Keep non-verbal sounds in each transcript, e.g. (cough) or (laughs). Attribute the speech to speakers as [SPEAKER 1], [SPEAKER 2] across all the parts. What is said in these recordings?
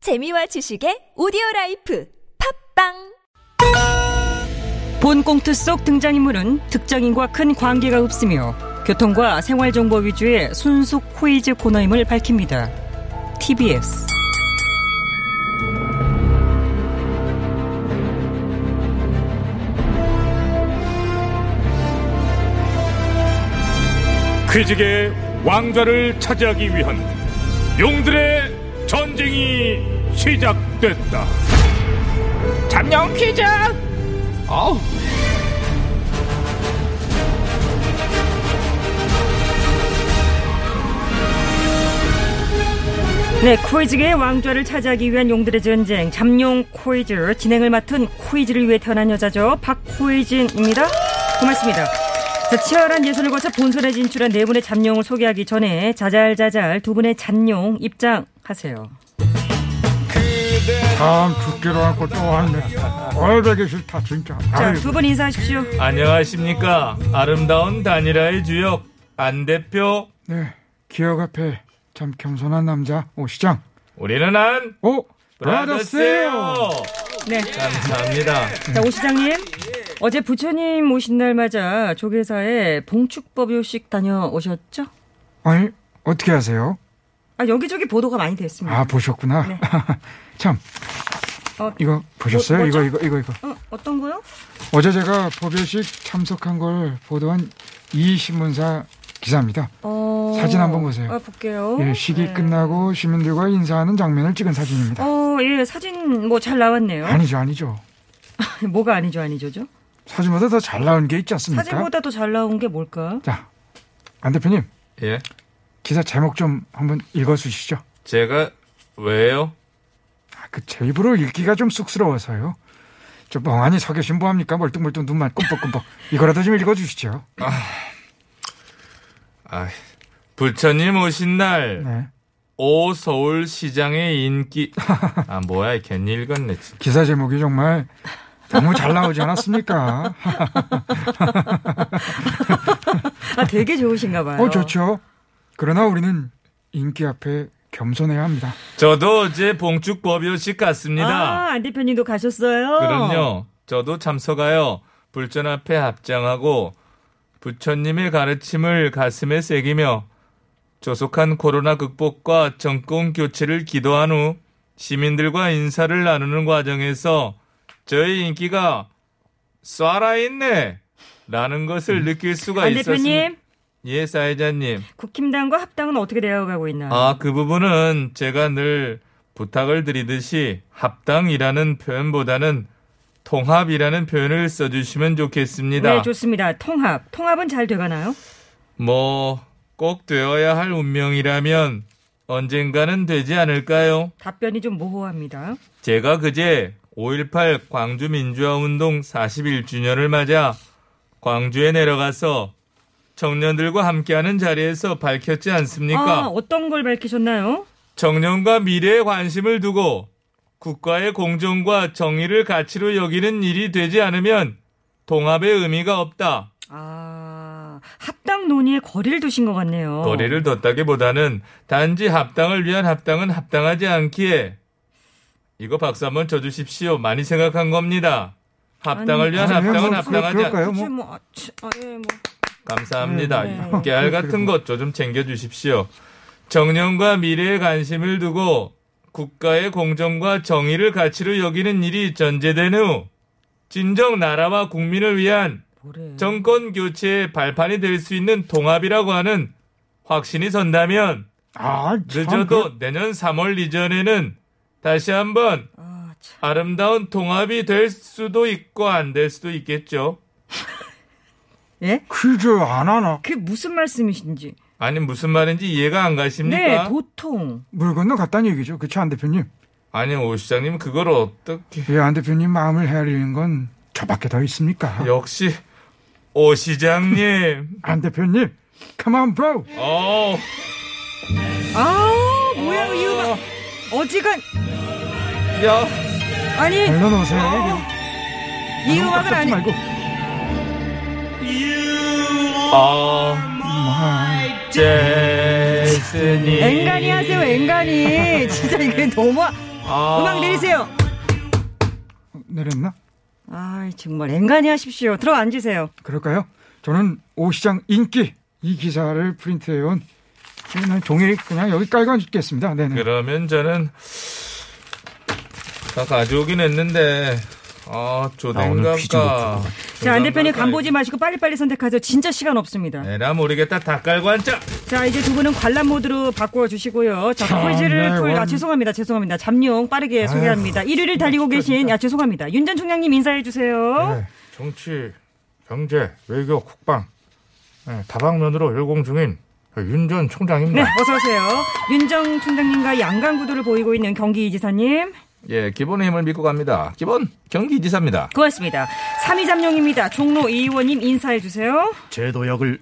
[SPEAKER 1] 재미와 지식의 오디오 라이프 팝빵
[SPEAKER 2] 본 꽁트 속 등장인물은 특정인과 큰 관계가 없으며 교통과 생활정보 위주의 순수 코이즈 코너임을 밝힙니다. TBS
[SPEAKER 3] 퀴즈계의 왕좌를 차지하기 위한 용들의 전쟁이 시작됐다. 잠룡 퀴즈! 아우.
[SPEAKER 2] 네, 코이즈계의 왕좌를 차지하기 위한 용들의 전쟁 잠룡 코이즈 진행을 맡은 코이즈를 위해 태어난 여자죠 박코이진입니다. 고맙습니다. 자, 치열한 예선을 거쳐 본선에 진출한 네 분의 잠룡을 소개하기 전에 자잘자잘 두 분의 잠룡 입장하세요.
[SPEAKER 4] 참 죽기로 하고 또 왔네. 얼베기 싫다 진짜.
[SPEAKER 2] 자,
[SPEAKER 4] 아이고.
[SPEAKER 2] 두 분 인사하십시오.
[SPEAKER 5] 안녕하십니까. 아름다운 단일화의 주역, 안 대표.
[SPEAKER 4] 네, 기억 앞에 참 겸손한 남자 오 시장.
[SPEAKER 5] 우리는 안
[SPEAKER 4] 오
[SPEAKER 5] 브라더스예요.
[SPEAKER 4] 브라더스요.
[SPEAKER 2] 네.
[SPEAKER 5] 감사합니다.
[SPEAKER 2] 자, 오 시장님. 어제 부처님 오신 날 맞아 조계사에 봉축법 요식 다녀오셨죠?
[SPEAKER 4] 아니 어떻게 아세요?
[SPEAKER 2] 아, 여기저기 보도가 많이 됐습니다.
[SPEAKER 4] 아 보셨구나.
[SPEAKER 2] 네.
[SPEAKER 4] (laughs) 참
[SPEAKER 2] 어,
[SPEAKER 4] 이거 보셨어요?
[SPEAKER 2] 뭐-
[SPEAKER 4] 이거
[SPEAKER 2] 뭐죠?
[SPEAKER 4] 이거 이거 이거.
[SPEAKER 2] 어, 어떤 거요?
[SPEAKER 4] 어제 제가 법요식 참석한 걸 보도한 이 신문사 기사입니다.
[SPEAKER 2] 어,
[SPEAKER 4] 사진 한번 보세요.
[SPEAKER 2] 아, 볼게요.
[SPEAKER 4] 예, 시기
[SPEAKER 2] 네.
[SPEAKER 4] 끝나고 시민들과 인사하는 장면을 찍은 사진입니다.
[SPEAKER 2] 어, 예, 사진 뭐 잘 나왔네요.
[SPEAKER 4] 아니죠, 아니죠.
[SPEAKER 2] (laughs) 뭐가 아니죠, 아니죠죠?
[SPEAKER 4] 사진보다 더 잘 나온 게 있지 않습니까?
[SPEAKER 2] 사진보다 더 잘 나온 게 뭘까?
[SPEAKER 4] 자, 안 대표님.
[SPEAKER 5] 예.
[SPEAKER 4] 기사 제목 좀 한번 읽어주시죠.
[SPEAKER 5] 제가 왜요?
[SPEAKER 4] 아, 그제 입으로 읽기가 좀 쑥스러워서요. 저 멍하니 서 계신 뭐합니까? 멀뚱멀뚱 눈만 꿈뻑꿈뻑. 이거라도 좀 읽어주시죠.
[SPEAKER 5] 아, 부처님 오신 날,
[SPEAKER 4] 네.
[SPEAKER 5] 오 서울시장의 인기. 아, 뭐야, 괜히 읽었네. 진짜.
[SPEAKER 4] 기사 제목이 정말 너무 잘 나오지 않았습니까?
[SPEAKER 2] 아, 되게 좋으신가 봐요.
[SPEAKER 4] 어, 좋죠. 그러나 우리는 인기 앞에 겸손해야 합니다.
[SPEAKER 5] 저도 어제 봉축법요식 갔습니다.
[SPEAKER 2] 아, 안 대표님도 가셨어요?
[SPEAKER 5] 그럼요. 저도 참석하여 불전 앞에 합장하고 부처님의 가르침을 가슴에 새기며 조속한 코로나 극복과 정권 교체를 기도한 후 시민들과 인사를 나누는 과정에서 저의 인기가 쏴라있네 라는 것을 느낄 수가
[SPEAKER 2] 음. 안
[SPEAKER 5] 있었습니다.
[SPEAKER 2] 대표님,
[SPEAKER 5] 예, 사회자님.
[SPEAKER 2] 국힘당과 합당은 어떻게 되어가고 있나요?
[SPEAKER 5] 아, 그 부분은 제가 늘 부탁을 드리듯이 합당이라는 표현보다는 통합이라는 표현을 써주시면 좋겠습니다.
[SPEAKER 2] 네, 좋습니다. 통합. 통합은 잘 돼가나요?
[SPEAKER 5] 뭐, 꼭 되어야 할 운명이라면 언젠가는 되지 않을까요?
[SPEAKER 2] 답변이 좀 모호합니다.
[SPEAKER 5] 제가 그제 5.18 광주민주화운동 41주년을 맞아 광주에 내려가서 청년들과 함께하는 자리에서 밝혔지 않습니까?
[SPEAKER 2] 아, 어떤 걸 밝히셨나요?
[SPEAKER 5] 청년과 미래에 관심을 두고 국가의 공정과 정의를 가치로 여기는 일이 되지 않으면 통합의 의미가 없다.
[SPEAKER 2] 아, 합당 논의에 거리를 두신 것 같네요.
[SPEAKER 4] 어.
[SPEAKER 5] 거리를 뒀다기보다는 단지 합당을 위한 합당은 합당하지 않기에 이거 박수 한번 쳐주십시오. 많이 생각한 겁니다. 합당을 위한
[SPEAKER 4] 아니,
[SPEAKER 5] 합당은
[SPEAKER 4] 뭐,
[SPEAKER 5] 합당하지 않...
[SPEAKER 4] 그럴까요?
[SPEAKER 2] 그치,
[SPEAKER 4] 뭐.
[SPEAKER 2] 뭐, 아, 치, 아, 예, 뭐.
[SPEAKER 5] 감사합니다.
[SPEAKER 2] 네.
[SPEAKER 5] 깨알 같은 것도 좀 챙겨주십시오. 정년과 미래에 관심을 두고 국가의 공정과 정의를 가치로 여기는 일이 전제된 후 진정 나라와 국민을 위한
[SPEAKER 2] 뭐래.
[SPEAKER 5] 정권 교체의 발판이 될 수 있는 통합이라고 하는 확신이 선다면
[SPEAKER 4] 아, 참, 그-
[SPEAKER 5] 늦어도 내년 3월 이전에는 다시 한번
[SPEAKER 2] 아, 참.
[SPEAKER 5] 아름다운 통합이 될 수도 있고 안 될 수도 있겠죠.
[SPEAKER 2] 예?
[SPEAKER 4] 퀴즈 안 하나?
[SPEAKER 2] 그게 무슨 말씀이신지.
[SPEAKER 5] 아니 무슨 말인지 이해가 안 가십니까?
[SPEAKER 2] 네, 도통.
[SPEAKER 4] 물 건너 갔다는 얘기죠. 그쵸, 안 대표님?
[SPEAKER 5] 아니 오 시장님 그걸 어떻게
[SPEAKER 4] 예, 안 대표님 마음을 헤아리는 건 저밖에 더 있습니까?
[SPEAKER 5] 역시 오 시장님
[SPEAKER 4] 안 대표님, come on, bro!
[SPEAKER 5] 어
[SPEAKER 2] 아, 뭐야, 이 음악. 어지간,
[SPEAKER 5] 야,
[SPEAKER 2] 아니,
[SPEAKER 4] 얼른 오세요.
[SPEAKER 2] 이 음악은
[SPEAKER 4] 깝지
[SPEAKER 2] 아니.
[SPEAKER 4] 말고.
[SPEAKER 5] 아
[SPEAKER 4] 아,
[SPEAKER 5] 제스님
[SPEAKER 2] (laughs) 앵간히 하세요, 앵간히. 진짜 이게 너무,
[SPEAKER 5] 아.
[SPEAKER 2] 음악 내리세요.
[SPEAKER 4] 내렸나?
[SPEAKER 2] 아, 정말 앵간히 하십시오. 들어 앉으세요.
[SPEAKER 4] 그럴까요? 저는 오 시장 인기 이 기사를 프린트해온 그냥 종일 그냥 여기 깔고 앉겠습니다. 네네.
[SPEAKER 5] 그러면 저는 다 가져오긴 했는데 아 조댕감과
[SPEAKER 2] 자, 안 대표님 간보지 마시고 빨리빨리 선택하세요. 진짜 시간 없습니다.
[SPEAKER 5] 에라 모르겠다 닭갈고 앉자
[SPEAKER 2] 자, 이제 두 분은 관람 모드로 바꿔 주시고요. 자,
[SPEAKER 4] 참,
[SPEAKER 2] 퀴즈를
[SPEAKER 4] 네,
[SPEAKER 2] 풀, 아,
[SPEAKER 4] 원-
[SPEAKER 2] 죄송합니다. 죄송합니다. 잠룡 빠르게 소개합니다. 1위를 달리고 계신, 아, 죄송합니다. 윤 전 총장님 인사해 주세요.
[SPEAKER 6] 네, 정치, 경제, 외교, 국방 네, 다방면으로 열공 중인 윤 전
[SPEAKER 2] 네,
[SPEAKER 6] 총장입니다.
[SPEAKER 2] 어서오세요. 윤정 총장님과 양강 구도를 보이고 있는 경기지사님.
[SPEAKER 5] 예 기본의 힘을 믿고 갑니다 기본 경기지사입니다
[SPEAKER 2] 고맙습니다. 3위 잠룡입니다. 종로 이 의원님 인사해 주세요.
[SPEAKER 6] 제도약을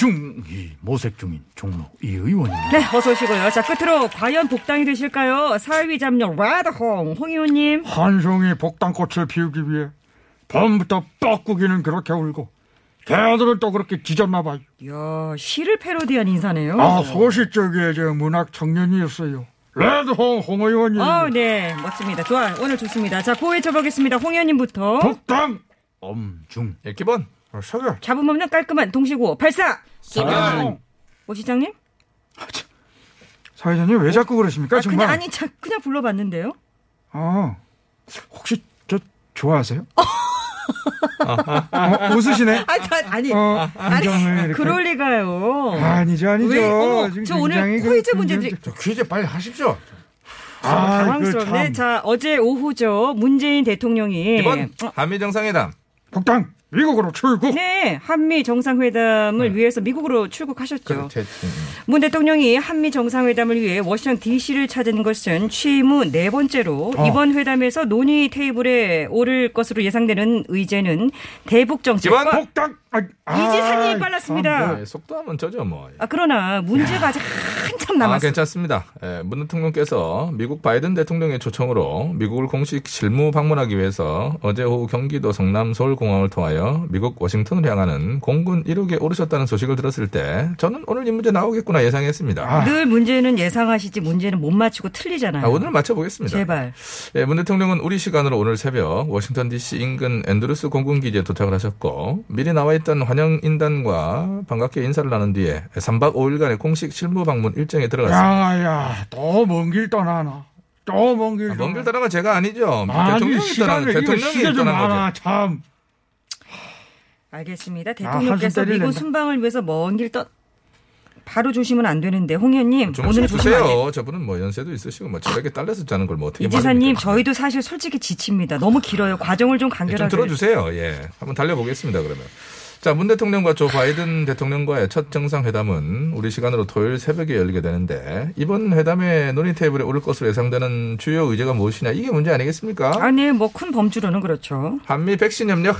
[SPEAKER 6] 엄중히 모색 중인 종로 이 의원입니다.
[SPEAKER 2] 네, 어서오시고요. 자, 끝으로 과연 복당이 되실까요? 4위 잠룡 라드홍, 홍 의원님.
[SPEAKER 4] 한송이 복당꽃을 피우기 위해 밤부터 뻐꾸기는 그렇게 울고 개들은 또 그렇게 짖었나 봐요.
[SPEAKER 2] 이야, 시를 패러디한 인사네요.
[SPEAKER 4] 아 소시 쪽에 저 문학 청년이었어요. 레드홍 홍 의원님
[SPEAKER 2] 아, 네, 멋집니다. 좋아요. 오늘 좋습니다. 자, 고해 쳐보겠습니다. 홍 의원님부터.
[SPEAKER 4] 복당
[SPEAKER 6] 엄중.
[SPEAKER 5] 예 기본
[SPEAKER 4] 어, 서결
[SPEAKER 2] 잡음 없는 깔끔한 동시고 발사!
[SPEAKER 4] 사랑.
[SPEAKER 2] 오 시장님?
[SPEAKER 4] 사회자님 왜 자꾸 그러십니까
[SPEAKER 2] 아,
[SPEAKER 4] 정말?
[SPEAKER 2] 그냥, 아니, 자, 그냥 불러봤는데요.
[SPEAKER 4] 아 혹시 저
[SPEAKER 2] (laughs)
[SPEAKER 4] 좋아하세요? 어, 웃으시네.
[SPEAKER 2] 아, 다- 아니,
[SPEAKER 4] 어,
[SPEAKER 2] 아니,
[SPEAKER 4] 안경을 이렇게.
[SPEAKER 2] 그럴 리가요.
[SPEAKER 4] 아니죠 아니죠.
[SPEAKER 2] 왜, 어머,
[SPEAKER 4] 지금
[SPEAKER 2] 저 오늘
[SPEAKER 4] 굉장히 그-
[SPEAKER 2] 퀴즈
[SPEAKER 4] 굉장히
[SPEAKER 2] 문제들이
[SPEAKER 6] 저 퀴즈 빨리 하십시오.
[SPEAKER 4] 아,
[SPEAKER 2] 당황스럽네.
[SPEAKER 4] 그 참.
[SPEAKER 2] 자, 어제 오후죠. 문재인 대통령이
[SPEAKER 5] 예, 기본 한미 정상회담
[SPEAKER 4] 복당 미국으로 출국.
[SPEAKER 2] 네, 한미 정상회담을
[SPEAKER 4] 네.
[SPEAKER 2] 위해서 미국으로 출국하셨죠.
[SPEAKER 5] 그렇죠
[SPEAKER 6] 음,
[SPEAKER 2] 문 대통령이 한미 정상회담을 위해 워싱턴 DC를 찾은 것은 취임 후 네 번째로
[SPEAKER 4] 어.
[SPEAKER 2] 이번 회담에서 논의 테이블에 오를 것으로 예상되는 의제는 대북
[SPEAKER 5] 기본
[SPEAKER 2] 정책과
[SPEAKER 4] 복당. 아, 아,
[SPEAKER 2] 이지사님 빨랐습니다.
[SPEAKER 5] 예, 속도하면 저죠 뭐 예.
[SPEAKER 2] 아, 그러나 문제가 아직 한참
[SPEAKER 5] 아,
[SPEAKER 2] 남았어요.
[SPEAKER 5] 괜찮습니다. 예, 문 대통령께서 미국 바이든 대통령의 초청으로 미국을 공식 실무 방문하기 위해서 어제 오후 경기도 성남 서울공항을 통하여 미국 워싱턴을 향하는 공군 1호기에 오르셨다는 소식을 들었을 때 저는 오늘 이 문제 나오겠구나 예상했습니다.
[SPEAKER 6] 아.
[SPEAKER 2] 늘 문제는 예상하시지 문제는 못 맞히고 틀리잖아요.
[SPEAKER 5] 아, 오늘 맞춰보겠습니다.
[SPEAKER 2] 제발.
[SPEAKER 5] 예, 문 대통령은 우리 시간으로 오늘 새벽 워싱턴 DC 인근 앤드루스 공군기지에 도착을 하셨고 미리 나와 있던 환영 인단과 반갑게 인사를 나눈 뒤에 3박 5일간의 공식 실무 방문 일정에 들어갔습니다.
[SPEAKER 4] 네.
[SPEAKER 5] 아,
[SPEAKER 4] 야야 또 먼 길 떠나나. 또 먼길
[SPEAKER 5] 아, 먼길 떠나가 제가 아니죠. 뭐
[SPEAKER 4] 아니
[SPEAKER 5] 대통령이 떠난
[SPEAKER 4] 시간을 이거 시계
[SPEAKER 5] 대통령이
[SPEAKER 4] 좀
[SPEAKER 5] 떠난
[SPEAKER 4] 알아
[SPEAKER 5] 거죠.
[SPEAKER 4] 참.
[SPEAKER 5] 아,
[SPEAKER 2] 알겠습니다.
[SPEAKER 4] 한숨
[SPEAKER 2] 대통령께서
[SPEAKER 4] 때리려나?
[SPEAKER 2] 미국 순방을 위해서 먼 길 떠. 바로 조심은 안 되는데 홍 의원님
[SPEAKER 5] 좀
[SPEAKER 2] 오늘 조심하세요.
[SPEAKER 5] 주세요. 저분은 뭐 연세도 있으시고 뭐 저렇게 딸려서 자는 걸 뭐 어떻게
[SPEAKER 2] 이 지사님
[SPEAKER 5] 말합니까?
[SPEAKER 2] 저희도 사실 솔직히 지칩니다. 너무 길어요. 과정을 좀
[SPEAKER 5] 예, 좀
[SPEAKER 2] 간결하게.
[SPEAKER 5] 들어주세요. 예, 한번 달려보겠습니다. 그러면. 자, 문 대통령과 조 바이든 대통령과의 첫 정상회담은 우리 시간으로 토요일 새벽에 열리게 되는데 이번 회담의 논의 테이블에 오를 것으로 예상되는 주요 의제가 무엇이냐 이게 문제 아니겠습니까?
[SPEAKER 2] 아니 뭐 큰 범주로는 그렇죠.
[SPEAKER 5] 한미 백신 협력,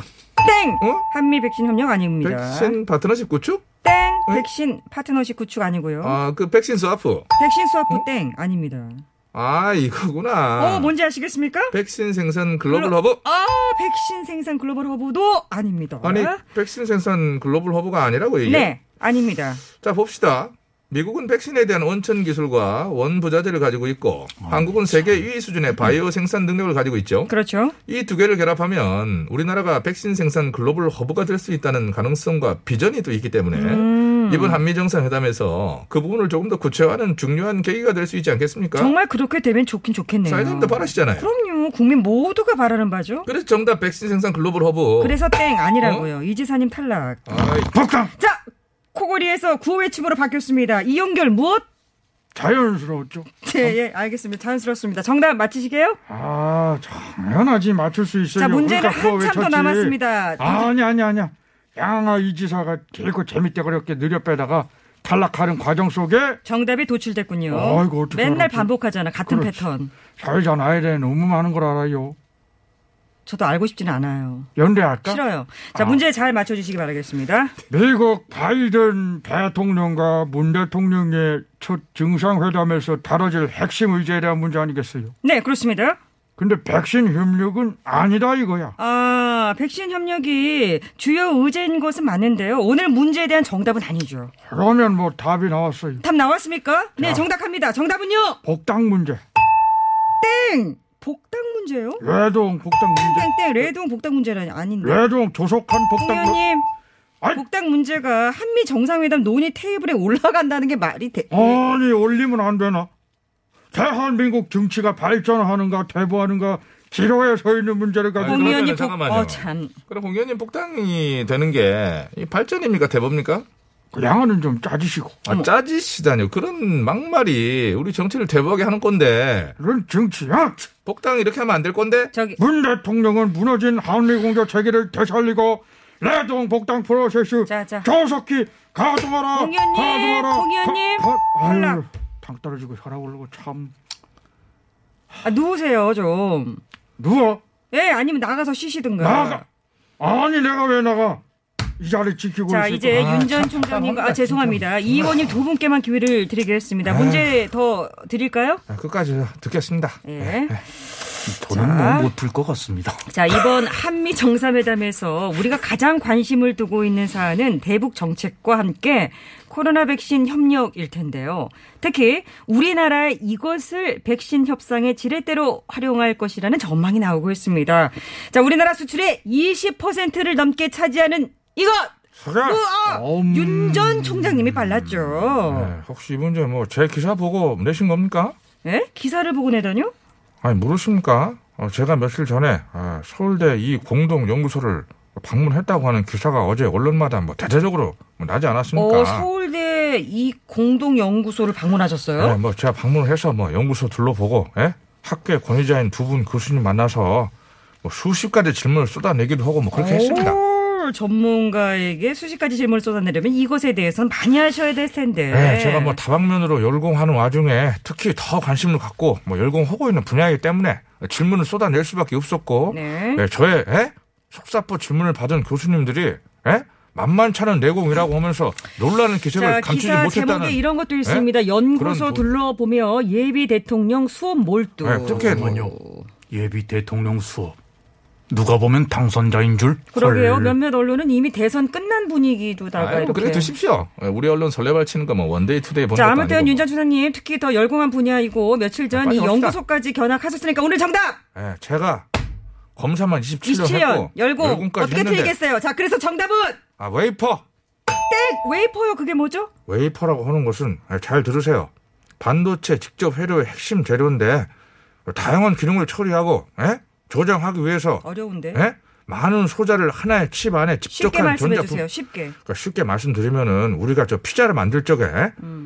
[SPEAKER 2] 땡
[SPEAKER 5] 어?
[SPEAKER 2] 한미 백신 협력 아닙니다.
[SPEAKER 5] 백신 파트너십 구축,
[SPEAKER 2] 땡 백신 파트너십 구축 아니고요.
[SPEAKER 5] 아, 그 백신 스와프.
[SPEAKER 2] 백신 스와프 땡 아닙니다.
[SPEAKER 5] 아, 이거구나.
[SPEAKER 2] 어 뭔지 아시겠습니까?
[SPEAKER 5] 백신 생산 글로벌 허브.
[SPEAKER 2] 아 백신 생산 글로벌 허브도 아닙니다.
[SPEAKER 5] 아니
[SPEAKER 4] 예.
[SPEAKER 5] 백신 생산 글로벌 허브가 아니라고 이게.
[SPEAKER 2] 어? 네 아닙니다.
[SPEAKER 5] 자 봅시다. 미국은 백신에 대한 원천 기술과 원부자재를 가지고 있고 한국은 세계 2위 수준의 바이오 생산 능력을 가지고 있죠.
[SPEAKER 2] 그렇죠.
[SPEAKER 5] 이 두 개를 결합하면 우리나라가 백신 생산 글로벌 허브가 될 수 있다는 가능성과 비전이 또 있기 때문에
[SPEAKER 2] 음.
[SPEAKER 5] 이번 한미 정상회담에서 그 부분을 조금 더 구체화하는 중요한 계기가 될 수 있지
[SPEAKER 4] 예?
[SPEAKER 5] 않겠습니까?
[SPEAKER 2] 정말 그렇게 되면 좋긴 좋겠네요.
[SPEAKER 5] 사회자님도 바라시잖아요.
[SPEAKER 2] 그럼요. 국민 모두가 바라는 바죠.
[SPEAKER 5] 그래서 정답 백신 생산 글로벌
[SPEAKER 4] 어.
[SPEAKER 5] 허브.
[SPEAKER 2] 그래서 땡 아니라고요. 이지사님 탈락.
[SPEAKER 5] 아이,
[SPEAKER 4] 복당
[SPEAKER 2] 자, 코골이에서 구호 외침으로 바뀌었습니다. 이연결 무엇?
[SPEAKER 4] 자연스러웠죠.
[SPEAKER 2] 예, 예, 알겠습니다. 자연스럽습니다. 정답 맞히시게요?
[SPEAKER 4] 아 당연하지 맞출 수 있어요.
[SPEAKER 2] 자, 문제는
[SPEAKER 4] 우리가 그거 왜
[SPEAKER 2] 한참 더
[SPEAKER 4] 쳤지?
[SPEAKER 2] 남았습니다.
[SPEAKER 4] 아니 아니 아니야. 양아 이 지사가 길고 재밌게 그렇게 느려 빼다가 탈락하는 과정 속에
[SPEAKER 2] 정답이 도출됐군요.
[SPEAKER 4] 아이고, 어떻게
[SPEAKER 2] 맨날
[SPEAKER 4] 알았지?
[SPEAKER 2] 반복하잖아. 같은
[SPEAKER 4] 그렇지.
[SPEAKER 2] 패턴.
[SPEAKER 4] 사회자 나에 대해 너무 많은 걸 알아요.
[SPEAKER 2] 저도 알고 싶지는 않아요.
[SPEAKER 4] 연대할까?
[SPEAKER 2] 싫어요. 자,
[SPEAKER 4] 아.
[SPEAKER 2] 문제 잘 맞춰주시기 바라겠습니다.
[SPEAKER 4] 미국 바이든 대통령과 문 대통령의 첫 정상회담에서 다뤄질 핵심 의제에 대한 문제 아니겠어요?
[SPEAKER 2] 네, 그렇습니다.
[SPEAKER 4] 근데 백신 협력은 아니다 이거야.
[SPEAKER 2] 아, 백신 협력이 주요 의제인 것은 맞는데요. 오늘 문제에 대한 정답은 아니죠.
[SPEAKER 4] 그러면 뭐 답이 나왔어요.
[SPEAKER 2] 답 나왔습니까? 네, 정답합니다. 정답은요?
[SPEAKER 4] 복당 문제.
[SPEAKER 2] 땡! 복당 문제요?
[SPEAKER 4] 레동 복당 문제.
[SPEAKER 2] 땡땡 레드온 복당 문제라니 아닌데.
[SPEAKER 4] 레동 조속한 복당 문제.
[SPEAKER 2] 통현님
[SPEAKER 4] 아이.
[SPEAKER 2] 복당 문제가 한미 정상회담 논의 테이블에 올라간다는 게 말이 돼?
[SPEAKER 4] 아니 올리면 안 되나? 대한민국 정치가 발전하는가 퇴보하는가 기로에 서 있는 문제를 가지고
[SPEAKER 5] 아니,
[SPEAKER 2] 공 의원님 복.
[SPEAKER 5] 잠깐만요.
[SPEAKER 2] 어참
[SPEAKER 5] 그럼 공 의원님 복당이 되는 게 이 발전입니까 대법입니까?
[SPEAKER 4] 양아는 좀 짜지시고
[SPEAKER 2] 음.
[SPEAKER 5] 아, 짜지시다뇨. 그런 막말이 우리 정치를 대박하게 하는 건데
[SPEAKER 4] 이런 정치야 아,
[SPEAKER 5] 복당 이렇게 하면 안 될 건데
[SPEAKER 2] 저기
[SPEAKER 4] 문 대통령은 무너진 한미공조 체계를 되살리고 레동 복당 프로세스
[SPEAKER 2] 자, 자.
[SPEAKER 4] 조속히 가동하라
[SPEAKER 2] 공 의원님,
[SPEAKER 4] 가동하라
[SPEAKER 2] 공 의원님.
[SPEAKER 4] 가- 가- 아유,
[SPEAKER 2] 탈락.
[SPEAKER 4] 당 떨어지고 혈압 오르고 참
[SPEAKER 2] 아, 누우세요 좀.
[SPEAKER 4] 누워
[SPEAKER 2] 예 아니면 나가서 쉬시든가.
[SPEAKER 4] 나가 아니 내가 왜 나가 이 자리 지키고
[SPEAKER 2] 자
[SPEAKER 4] 있을
[SPEAKER 2] 이제
[SPEAKER 4] 거야.
[SPEAKER 2] 윤 전 총장님과 아 죄송합니다 네. 이 의원님 두 분께만 기회를 드리겠습니다. 문제 더 드릴까요?
[SPEAKER 5] 아, 끝까지 듣겠습니다.
[SPEAKER 2] 예. 자.
[SPEAKER 7] 돈은 뭐못들것 같습니다.
[SPEAKER 2] 자, 이번 한미 정상회담에서 우리가 가장 관심을 두고 있는 사안은 대북 정책과 함께 코로나 백신 협력일 텐데요. 특히 우리나라의 이것을 백신 협상의 지렛대로 활용할 것이라는 전망이 나오고 있습니다. 자, 우리나라 수출의 20%를 넘게 차지하는 이것! 우와! 윤 전 총장님이 빨랐죠.
[SPEAKER 5] 네, 혹시 이 문제 뭐 제 기사 보고 내신 겁니까?
[SPEAKER 2] 예? 기사를 보고 내다뇨?
[SPEAKER 5] 아니 모르십니까? 어, 제가 며칠 전에 아, 서울대 이 공동 연구소를 방문했다고 하는 기사가 어제 언론마다 뭐 대대적으로 뭐 나지 않았습니까?
[SPEAKER 2] 어, 서울대 이 공동연구소를 방문하셨어요?
[SPEAKER 5] 네, 뭐 제가 방문을 해서 뭐 연구소 둘러보고 예? 학계 권위자인 두 분 교수님 만나서 뭐 수십 가지 질문을 쏟아내기도 하고 뭐
[SPEAKER 2] 어?
[SPEAKER 5] 그렇게 했습니다.
[SPEAKER 2] 오, 전문가에게 수십 가지 질문을 쏟아내려면 이것에 대해서는 많이 하셔야 될 텐데.
[SPEAKER 5] 네, 제가 뭐 다방면으로 열공하는 와중에 특히 더 관심을 갖고 뭐 열공하고 있는 분야이기 때문에 질문을 쏟아낼 수밖에 없었고
[SPEAKER 2] 네.
[SPEAKER 5] 예, 저의 예? 속사포 질문을 받은 교수님들이 예? 만만찮은 내공이라고 하면서 놀라는 기색을
[SPEAKER 2] 자,
[SPEAKER 5] 감추지
[SPEAKER 2] 기사 제목에
[SPEAKER 5] 못했다는
[SPEAKER 2] 이런 것도 있습니다. 연구소
[SPEAKER 5] 그런 뭐-
[SPEAKER 2] 둘러보며 예비 대통령 수업 몰두.
[SPEAKER 5] 네, 특히 뭐-
[SPEAKER 7] 잠깐만요. 예비 대통령 수업. 누가 보면 당선자인 줄?
[SPEAKER 2] 그러게요.
[SPEAKER 7] 헐.
[SPEAKER 2] 몇몇 언론은 이미 대선 끝난 분위기도다가
[SPEAKER 5] 아유, 뭐
[SPEAKER 2] 이렇게.
[SPEAKER 5] 그래 드십시오. 예, 우리 언론 설레발 치는 거 뭐 원데이 투데이 보는
[SPEAKER 2] 자,
[SPEAKER 5] 것도
[SPEAKER 2] 아무튼
[SPEAKER 5] 아니고.
[SPEAKER 2] 윤 전 총장님 특히 더 열공한 분야이고 며칠 전
[SPEAKER 5] 아, 빨리
[SPEAKER 2] 이
[SPEAKER 5] 갑시다.
[SPEAKER 2] 연구소까지 견학하셨으니까 오늘 정답
[SPEAKER 5] 예, 제가 검사만 27년,
[SPEAKER 2] 27년
[SPEAKER 5] 했고
[SPEAKER 2] 열공
[SPEAKER 5] 열공까지
[SPEAKER 2] 어떻게
[SPEAKER 5] 했는데
[SPEAKER 2] 틀리겠어요? 자, 그래서 정답은
[SPEAKER 5] 아 웨이퍼
[SPEAKER 2] 웨이퍼요. 그게 뭐죠?
[SPEAKER 5] 웨이퍼라고 하는 것은 아, 잘 들으세요. 반도체 직접 회로의 핵심 재료인데 다양한 기능을 처리하고 예? 조정하기 위해서
[SPEAKER 2] 어려운데. 네.
[SPEAKER 5] 예? 많은 소자를 하나의 칩 안에
[SPEAKER 2] 쉽게
[SPEAKER 5] 집적한
[SPEAKER 2] 말씀해
[SPEAKER 5] 전자품
[SPEAKER 2] 주세요. 쉽게.
[SPEAKER 5] 그러니까 쉽게 말씀드리면은 우리가 저 피자를 만들 적에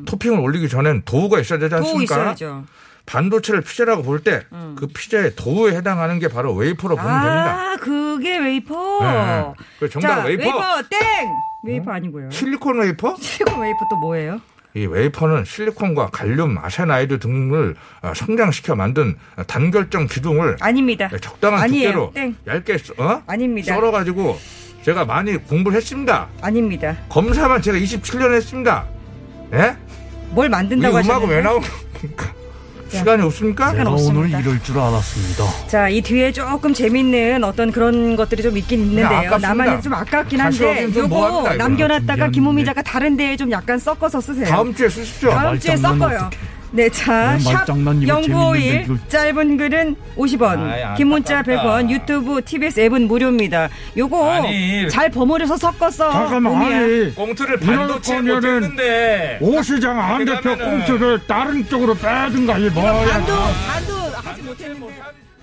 [SPEAKER 5] 토핑을 올리기 전엔 도우가 있어야 되지
[SPEAKER 2] 음. 도우
[SPEAKER 5] 않습니까?
[SPEAKER 2] 있어야죠. 음.
[SPEAKER 5] 반도체를 피자라고 볼 때 그 피자의 도우에 해당하는 게 바로 웨이퍼로 보면 됩니다.
[SPEAKER 2] 아, 그게 웨이퍼.
[SPEAKER 5] 그 네. 그 정답
[SPEAKER 2] 자,
[SPEAKER 5] 웨이퍼.
[SPEAKER 2] 땡! 웨이퍼 아니고요.
[SPEAKER 5] 실리콘 웨이퍼?
[SPEAKER 2] 실금 웨이퍼 또 뭐예요?
[SPEAKER 5] 이 웨이퍼는 실리콘과 갈륨, 아세나이드 등을 어, 성장시켜 만든 단결정 기둥을
[SPEAKER 2] 아닙니다.
[SPEAKER 5] 네, 적당한
[SPEAKER 2] 아니에요.
[SPEAKER 5] 두께로
[SPEAKER 2] 땡.
[SPEAKER 5] 얇게 썰- 어?
[SPEAKER 2] 아닙니다.
[SPEAKER 5] 썰어가지고 제가 많이 공부를 했습니다.
[SPEAKER 2] 아닙니다.
[SPEAKER 5] 검사만 제가 27년 했습니다. 예?
[SPEAKER 2] 뭘
[SPEAKER 5] 이
[SPEAKER 2] 만든다고
[SPEAKER 5] 음악은 왜
[SPEAKER 2] 하셨나요?
[SPEAKER 5] 나오는 겁니까? 시간이 없습니까?
[SPEAKER 4] 네.
[SPEAKER 7] 내가
[SPEAKER 2] 없습니다.
[SPEAKER 7] 오늘 이럴 줄 알았습니다.
[SPEAKER 2] 자, 이 뒤에 조금 재밌는 어떤 그런 것들이 좀 있긴 있는데요.
[SPEAKER 5] 네, 아깝습니다.
[SPEAKER 2] 나만이 좀 아깝긴
[SPEAKER 5] 다시
[SPEAKER 2] 한데
[SPEAKER 5] 하긴 좀
[SPEAKER 2] 요거
[SPEAKER 5] 뭐합니다, 이거는. 네.
[SPEAKER 2] 남겨놨다가
[SPEAKER 7] 준비하는데.
[SPEAKER 2] 김호민 작가 다른 데에 좀 약간 섞어서 쓰세요.
[SPEAKER 5] 다음 주에 쓰십시오.
[SPEAKER 2] 다음 주에
[SPEAKER 7] 아, 말장난
[SPEAKER 2] 섞어요.
[SPEAKER 7] 어떡해.
[SPEAKER 2] 네, 자,
[SPEAKER 7] 네,
[SPEAKER 2] 샵
[SPEAKER 7] 말장난 이거 재밌는데
[SPEAKER 2] 0951,
[SPEAKER 7] 이걸.
[SPEAKER 2] 짧은 글은 50원,
[SPEAKER 5] 아이, 안타깝다.
[SPEAKER 2] 긴 문자 100원, 유튜브, TBS 앱은 무료입니다. 요거
[SPEAKER 5] 아니.
[SPEAKER 2] 잘 버무려서 섞어서. 네,
[SPEAKER 4] 잠깐만
[SPEAKER 2] 봄이야.
[SPEAKER 4] 아니
[SPEAKER 5] 꽁트를
[SPEAKER 4] 반도체 거면은- 오 시장 안 대표
[SPEAKER 5] 그러면은-
[SPEAKER 4] 꽁트를 다른 쪽으로 빼든가 이뭐
[SPEAKER 2] 반도, 반도 하지 못했는데.
[SPEAKER 5] 못하는데.